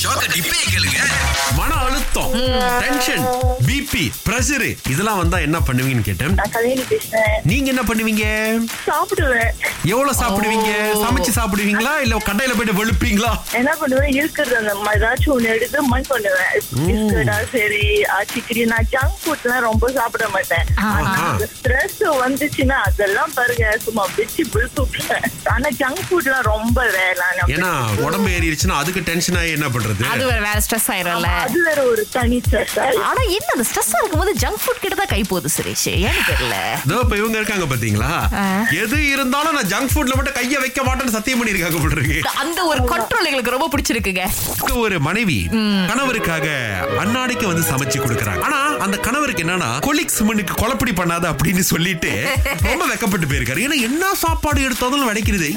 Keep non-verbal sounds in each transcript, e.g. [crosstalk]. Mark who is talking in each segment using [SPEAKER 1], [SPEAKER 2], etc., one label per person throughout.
[SPEAKER 1] ஷாக்க டிப்பே கேளுங்க
[SPEAKER 2] மன அழுத்தம் டென்ஷன் பிபி பிரஷர் இதெல்லாம் வந்தா என்ன பண்ணுவீங்கன்னு கேட்டேன்
[SPEAKER 3] நான் கல்யாணி பேசுறேன்
[SPEAKER 2] நீங்க என்ன பண்ணுவீங்க
[SPEAKER 3] சாப்பிடுவேன்
[SPEAKER 2] எவ்வளவு சாப்பிடுவீங்க சமைச்சு சாப்பிடுவீங்களா இல்ல கடையில போயிட்டு வெளுப்பீங்களா
[SPEAKER 3] என்ன பண்ணுவேன் இருக்கிறது அந்த மாதிரி ஏதாச்சும் ஒண்ணு எடுத்து மண் பண்ணுவேன் பிஸ்கட்டா சரி ஆ, சிக்கடி நான் ஜங்க் ஃபுட்லாம் ரொம்ப சாப்பிட மாட்டேன்
[SPEAKER 2] ஆஹா.
[SPEAKER 3] ஸ்ட்ரெஸ் வந்துச்சுன்னா அதெல்லாம் பாருங்க சும்மா பிச்சு பிடிச்சுட்டேன் ஆனா ஜங்க் ஃபுட்லாம் ரொம்ப வேலை
[SPEAKER 2] ஏன்னா உடம்பு ஏறிடுச்சுன்னா அதுக்கு டென்ஷன் ஆகி என்ன பண்றது
[SPEAKER 4] அது வேற வேற ஸ்ட்ரெஸ் ஆயிரல
[SPEAKER 3] அது வேற ஒரு தனி ஸ்ட்ரெஸ்
[SPEAKER 4] ஆனா என்ன அந்த ஸ்ட்ரெஸ் இருக்கும்போது ஜங்க் ஃபுட் கிட்ட தான் கை போகுது சுரேஷ் ஏன்னு தெரியல
[SPEAKER 2] இதோ இப்ப இவங்க இருக்காங்க பாத்தீங்களா
[SPEAKER 4] ஆ.
[SPEAKER 2] எது இருந்தாலும் நான் ஜங்க் ஃபுட்ல மட்டும் கைய வைக்க மாட்டேன்னு சத்தியம் பண்ணிருக்காங்க போட்டுருக்கு
[SPEAKER 4] அந்த ஒரு கண்ட்ரோல் எங்களுக்கு ரொம்ப பிடிச்சிருக்குங்க
[SPEAKER 2] ஒரு மனைவி கணவருக்காக அன்னாடைக்கு வந்து சமைச்சு கொடுக்கறாங்க ஆனா அந்த கணவருக்கு என்னன்னா கொலிக் சிமனுக்கு கொலப்படி பண்ணாத அப்படின்னு சொல்லிட்டு ரொம்ப வெக்கப்பட்டு போயிருக்காரு ஏன்னா என்ன சாப்பாடு எடுத்தாலும் வடைக்கிறது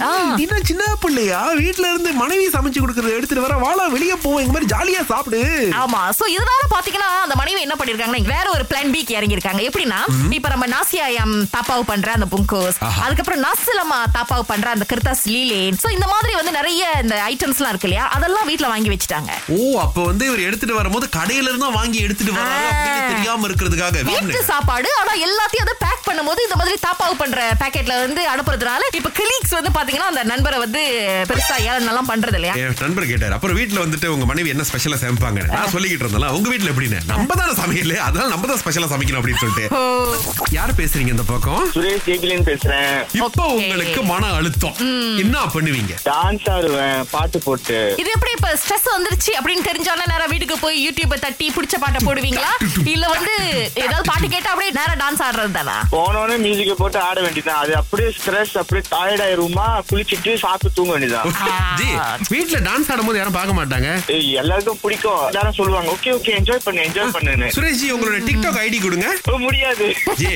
[SPEAKER 2] இன்னும் சின்ன பிள்ளையா வீட்ல இருந்து மனைவி சமைச்சு கொடுக்கறத எடுத்துட்டு வர வாழா வெளிய போவோம் இந்த மாதிரி ஜாலியா சாப்பிடு
[SPEAKER 4] ஆமா சோ இதனால பாத்தீங்கன்னா அந்த மனைவி என்ன பண்ணிருக்காங்கன்னா வேற ஒரு பிளான் பிக்கு இறங்கி இருக்காங்க எப்படின்னா இப்ப நம்ம நாசியாயம் தாப்பாவு பண்ற அந்த புங்கோஸ்
[SPEAKER 2] ஆஹா.
[SPEAKER 4] அதுக்கப்புறம் நஸ்லமா தாப்பாவு பண்ற அந்த கிருத்தாஸ் லீலேன் சோ இந்த மாதிரி வந்து நிறைய இந்த ஐட்டம்ஸ் எல்லாம் இருக்கு இல்லையா அதெல்லாம் வீட்ல வாங்கி வச்சுட்டாங்க
[SPEAKER 2] ஓ அப்ப வந்து இவர் எடுத்துட்டு வரும்போது கடையில இருந்தா வாங்கி எடுத்துட்டு வராங்க அப்படின்னு
[SPEAKER 4] ஆ.
[SPEAKER 2] தெரியாம இருக்கிறதுக்காக
[SPEAKER 4] வீட்டு
[SPEAKER 2] வாங்குனாங்க.
[SPEAKER 4] சாப்பாடு ஆனா எல்லாத்தையும் அதை பேக் பண்ணும்போது இந்த மாதிரி தாப்பாவு பண்ற பேக்கெட்ல வந்து அனுப்புறதுனால இப்ப கிளீக்ஸ் வந்து பாத்தீங்கன்னா அந்த நண்பரை வந்து பெருசா ஏழனெல்லாம் பண்றது இல்லையா
[SPEAKER 2] என் நண்பர் கேட்டாரு அப்புறம் வீட்ல வந்துட்டு உங்க மனைவி என்ன ஸ்பெஷலா சமைப்பாங்க நான் சொல்லிக்கிட்டு இருந்தாலும் உங்க வீட்ல எப்படின்னு நம்ம தானே சமையல் அதனால நம்ம தான் ஸ்பெஷலா சமைக்கணும் அப்படின்னு சொல்லிட்டு
[SPEAKER 4] ஓ,
[SPEAKER 2] யார் பேசுறீங்க இந்த பக்கம்
[SPEAKER 5] சுரேஷ் ஜெய்கிலின் பேசுறேன்
[SPEAKER 2] இப்போ
[SPEAKER 4] Okay.
[SPEAKER 2] உங்களுக்கு மன அழுத்தம் என்ன பண்ணுவீங்க
[SPEAKER 5] டான்ஸ் ஆடுவேன் பாட்டு போட்டு
[SPEAKER 4] இது எப்படி இப்ப ஸ்ட்ரெஸ் வந்துருச்சு அப்படின்னு தெரிஞ்சோன்னா நேரா வீட்டுக்கு போய் யூடியூப்பை தட்டி பிடிச்ச பாட்டை போடுவீங்களா இல்ல வந்து ஏதாவது பாட்டு கேட்டா அப்படியே நேரா டான்ஸ் ஆடுறது தானா
[SPEAKER 5] போனோடனே மியூசிக்க போட்டு ஆட வேண்டியதுதான் அது அப்படியே ஸ்ட்ரெஸ் அப்படியே டயர்ட் ஆயிருமா குளிச்சிட்டு சாப்பிட்டு தூங்க வேண்டியதுதான்
[SPEAKER 2] ஜி வீட்ல டான்ஸ் ஆடும்போது யாரும் பார்க்க மாட்டாங்க
[SPEAKER 5] ஏய், எல்லாருக்கும் பிடிக்கும் எல்லாரும் சொல்லுவாங்க ஓகே ஓகே என்ஜாய் பண்ணு என்ஜாய் பண்ணுன்னு
[SPEAKER 2] சுரேஷ் ஜி உங்களோட டிக்டாக் ஐடி கொடுங்க
[SPEAKER 5] ஓ, முடியாது
[SPEAKER 2] ஜி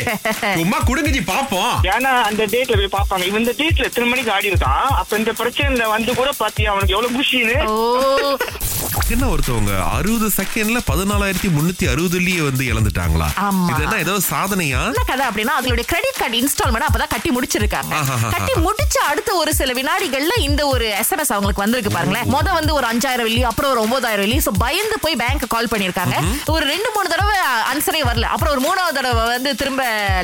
[SPEAKER 2] சும்மா கொடுங்க ஜி பாப்போம்
[SPEAKER 5] ஏன்னா அந்த டேட்ல போய் பாப்பாங்க இவன் இந்த டேட்ல எத்தனை மணிக்கு ஆடி இருக்கான் அப்ப இந்த பிரச்சனைல வந்து கூட பாத்தியா அவனுக்கு எவ்வளவு குஷின்னு
[SPEAKER 4] ஓ
[SPEAKER 2] என்ன ஒருத்தவங்க அறுபது செகண்ட்ல பதினாலாயிரத்தி முன்னூத்தி அறுபதுலயே வந்து இழந்துட்டாங்களா
[SPEAKER 4] ஆமா.
[SPEAKER 2] இதெல்லாம் ஏதோ சாதனையா
[SPEAKER 4] என்ன கதை அப்படின்னா அதுளுடைய கிரெடிட் கார்டு இன்ஸ்டால்மெண்ட் அப்பதான் கட்டி முடிச்சிருக்காங்க
[SPEAKER 2] ஆஹாஹா.
[SPEAKER 4] கட்டி முடிச்ச அடுத்த ஒரு சில வினாடிகள்ல இந்த ஒரு எஸ்எம்எஸ் அவங்களுக்கு வந்திருக்கு பாருங்களேன் முத வந்து ஒரு அஞ்சாயிரம் வெள்ளி அப்புறம் ஒரு ஒன்பதாயிரம் வெள்ளி சோ பயந்து போய் பேங்க் கால் பண்ணிருக்காங்க ஒரு ரெண்டு மூணு தடவை ஆன்சரே வரல அப்புறம் ஒரு மூணாவது தடவை வந்து திரும்ப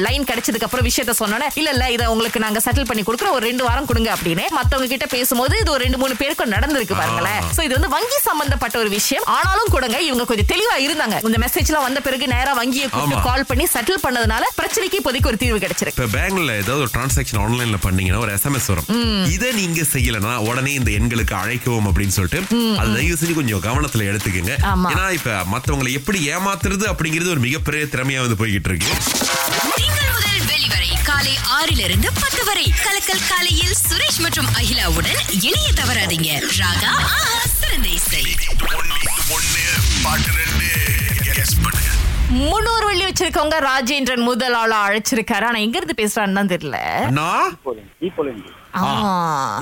[SPEAKER 4] லைன் கிடைச்சதுக்கு அப்புறம் விஷயத்த சொன்னோன்னே இல்ல இல்ல இதை உங்களுக்கு நாங்க செட்டில் பண்ணி கொடுக்குறோம் ஒரு ரெண்டு வாரம் கொடுங்க அப்படின்னு மத்தவங்க கிட்ட பேசும்போது இது ஒரு ரெண்டு மூணு பேருக்கு நடந்திருக்கு பாருங்களேன் சோ இது வந்து வங்கி சம்பந்தப்பட்ட ஒரு விஷயம் ஆனாலும் கூடங்க இவங்க கொஞ்சம் தெளிவா இருந்தாங்க இந்த மெசேஜ் எல்லாம் வந்த பிறகு நேரா வங்கியை கூப்பிட்டு
[SPEAKER 2] ஆமா.
[SPEAKER 4] கால் பண்ணி செட்டில் பண்ணதுனால பிரச்சனைக்கு இப்போதைக்கு ஒரு தீர்வு கிடைச்சிருக்கு
[SPEAKER 2] இப்ப பேங்க்ல ஏதாவது ஒரு டிரான்சாக்ஷன் ஆன்லைன்ல பண்ணீங்கன்னா ஒரு எஸ்எம்எஸ் வரும் இதை நீங்க செய்யலனா உடனே இந்த எண்களுக்கு அழைக்கவும் அப்படின்னு சொல்லிட்டு அதை தயவு செஞ்சு கொஞ்சம் கவனத்துல எடுத்துக்கங்க
[SPEAKER 4] ஆமா.
[SPEAKER 2] ஏன்னா இப்ப மத்தவங்களை எப்படி ஏமாத்துறது அப்படிங்கிறது ஒரு மிகப்பெரிய திறமையா வந்து போய்கிட்டு இருக்கு
[SPEAKER 6] திங்கள் முதல் வெளிவரை காலை ஆறிலிருந்து பத்து வரை கலக்கல் காலையில் சுரேஷ் மற்றும் அகிலாவுடன் இணைய தவறாதீங்க ராகா ஆஹா, சிறந்த இசை
[SPEAKER 1] ஒன்னு பாட்டு ரெண்டு கெஸ் பண்ணுங்க
[SPEAKER 4] முன்னூறு வெள்ளி வச்சிருக்கவங்க ராஜேந்திரன் முதல் ஆளா அழைச்சிருக்காரு ஆனா எங்க இருந்து பேசுறான்னு தான் தெரியல
[SPEAKER 2] அண்ணா
[SPEAKER 4] ஆ.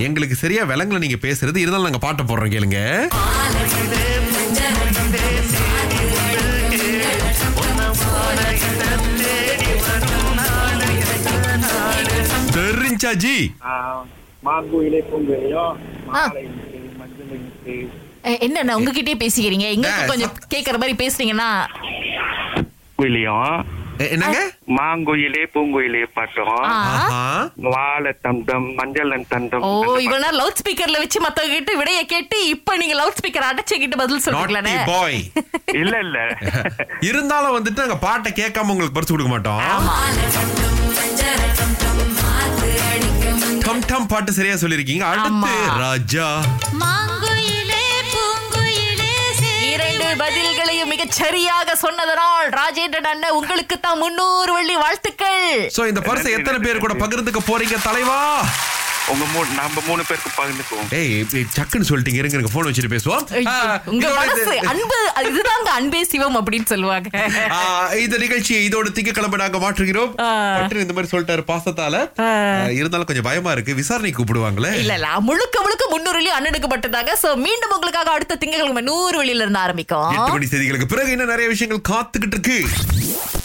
[SPEAKER 2] எங்களுக்கு சரியா விலங்குல நீங்க பேசுறது இருந்தாலும் நாங்க பாட்டை போடுறோம் கேளுங்க தெரிஞ்சா ஜி
[SPEAKER 5] மாம்பு இலை பூங்கலையோ
[SPEAKER 4] மாலை எ- என்னண்ணா உங்ககிட்டயே பேசிக்கிறீங்க எங்களுக்கு
[SPEAKER 2] ஆ,
[SPEAKER 4] கொஞ்சம் கேக்குற மாதிரி பேசுனீங்கன்னா
[SPEAKER 5] மஞ்சள்
[SPEAKER 2] எ- என்னங்க
[SPEAKER 5] மாங்குயிலே பூங்குயிலே பாட்டோம்
[SPEAKER 4] ஆ.
[SPEAKER 2] ஆஹா.
[SPEAKER 5] வாழை தந்தம் மஞ்சள் தந்தம்
[SPEAKER 4] ஓ இவ்வளவு நேரம் லவுட் ஸ்பீக்கர்ல வச்சு மத்தவங்க கிட்ட விடைய கேட்டு இப்ப நீங்க லவுட் ஸ்பீக்கர் அடைச்சுக்கிட்டு பதில்
[SPEAKER 2] Naughty
[SPEAKER 4] சொல்றீங்களே [laughs]
[SPEAKER 2] boy.
[SPEAKER 5] இல்ல இல்ல
[SPEAKER 2] இருந்தாலும் வந்துட்டு நாங்க பாட்டை கேட்காம உங்களுக்கு பறிச்சு கொடுக்க மாட்டோம் டம் டம் பாட்டு சரியா சொல்லிருக்கீங்க அடுத்து
[SPEAKER 4] ஆமா.
[SPEAKER 2] ராஜா
[SPEAKER 4] இரண்டு பதில்களையும் மிகச் சரியாக சொன்னதனால் ராஜேந்திரன் அண்ணன் உங்களுக்கு தான் முன்னூறு வெள்ளி வாழ்த்துக்கள்
[SPEAKER 2] சோ இந்த பரிசை எத்தனை பேர் கூட பகிர்ந்துக்க போறீங்க தலைவா
[SPEAKER 5] உங்க மூணு நம்ம மூணு பேருக்கு பகிர்ந்துக்குவோம்
[SPEAKER 2] ஏய் இப்படி சக்குன்னு சொல்லிட்டீங்க இருங்க எனக்கு போன் வச்சுட்டு பேசுவோம்
[SPEAKER 4] ஐயோ,
[SPEAKER 2] ஆ,
[SPEAKER 4] உங்க
[SPEAKER 2] இதோட
[SPEAKER 4] மனசு
[SPEAKER 2] இது-
[SPEAKER 4] அன்பு இதுதாங்க அன்பே சிவம் அப்படின்னு சொல்லுவாங்க
[SPEAKER 2] ஆ, இந்த நிகழ்ச்சியை இதோட திங்கக்கிழமை நாங்க மாற்றுகிறோம்
[SPEAKER 4] ஆ.
[SPEAKER 2] பட்டுன்னு இந்த மாதிரி சொல்லிட்டாரு பாசத்தால
[SPEAKER 4] ஆ.
[SPEAKER 2] ஆ, இருந்தாலும் கொஞ்சம் பயமா இருக்கு விசாரணை கூப்பிடுவாங்களே
[SPEAKER 4] இல்ல இல்ல முழுக்க முழுக்க முன்னுரிலையும் அண்ணனுக்கு மட்டும்தாங்க சோ மீண்டும் உங்களுக்காக அடுத்த திங்கட்கிழமை நூறு வெளியில இருந்து ஆரம்பிக்கும்
[SPEAKER 2] எட்டு மணி செய்திகளுக்கு பிறகு இன்னும் நிறைய விஷயங்கள் காத்துக்கிட்டு இருக்கு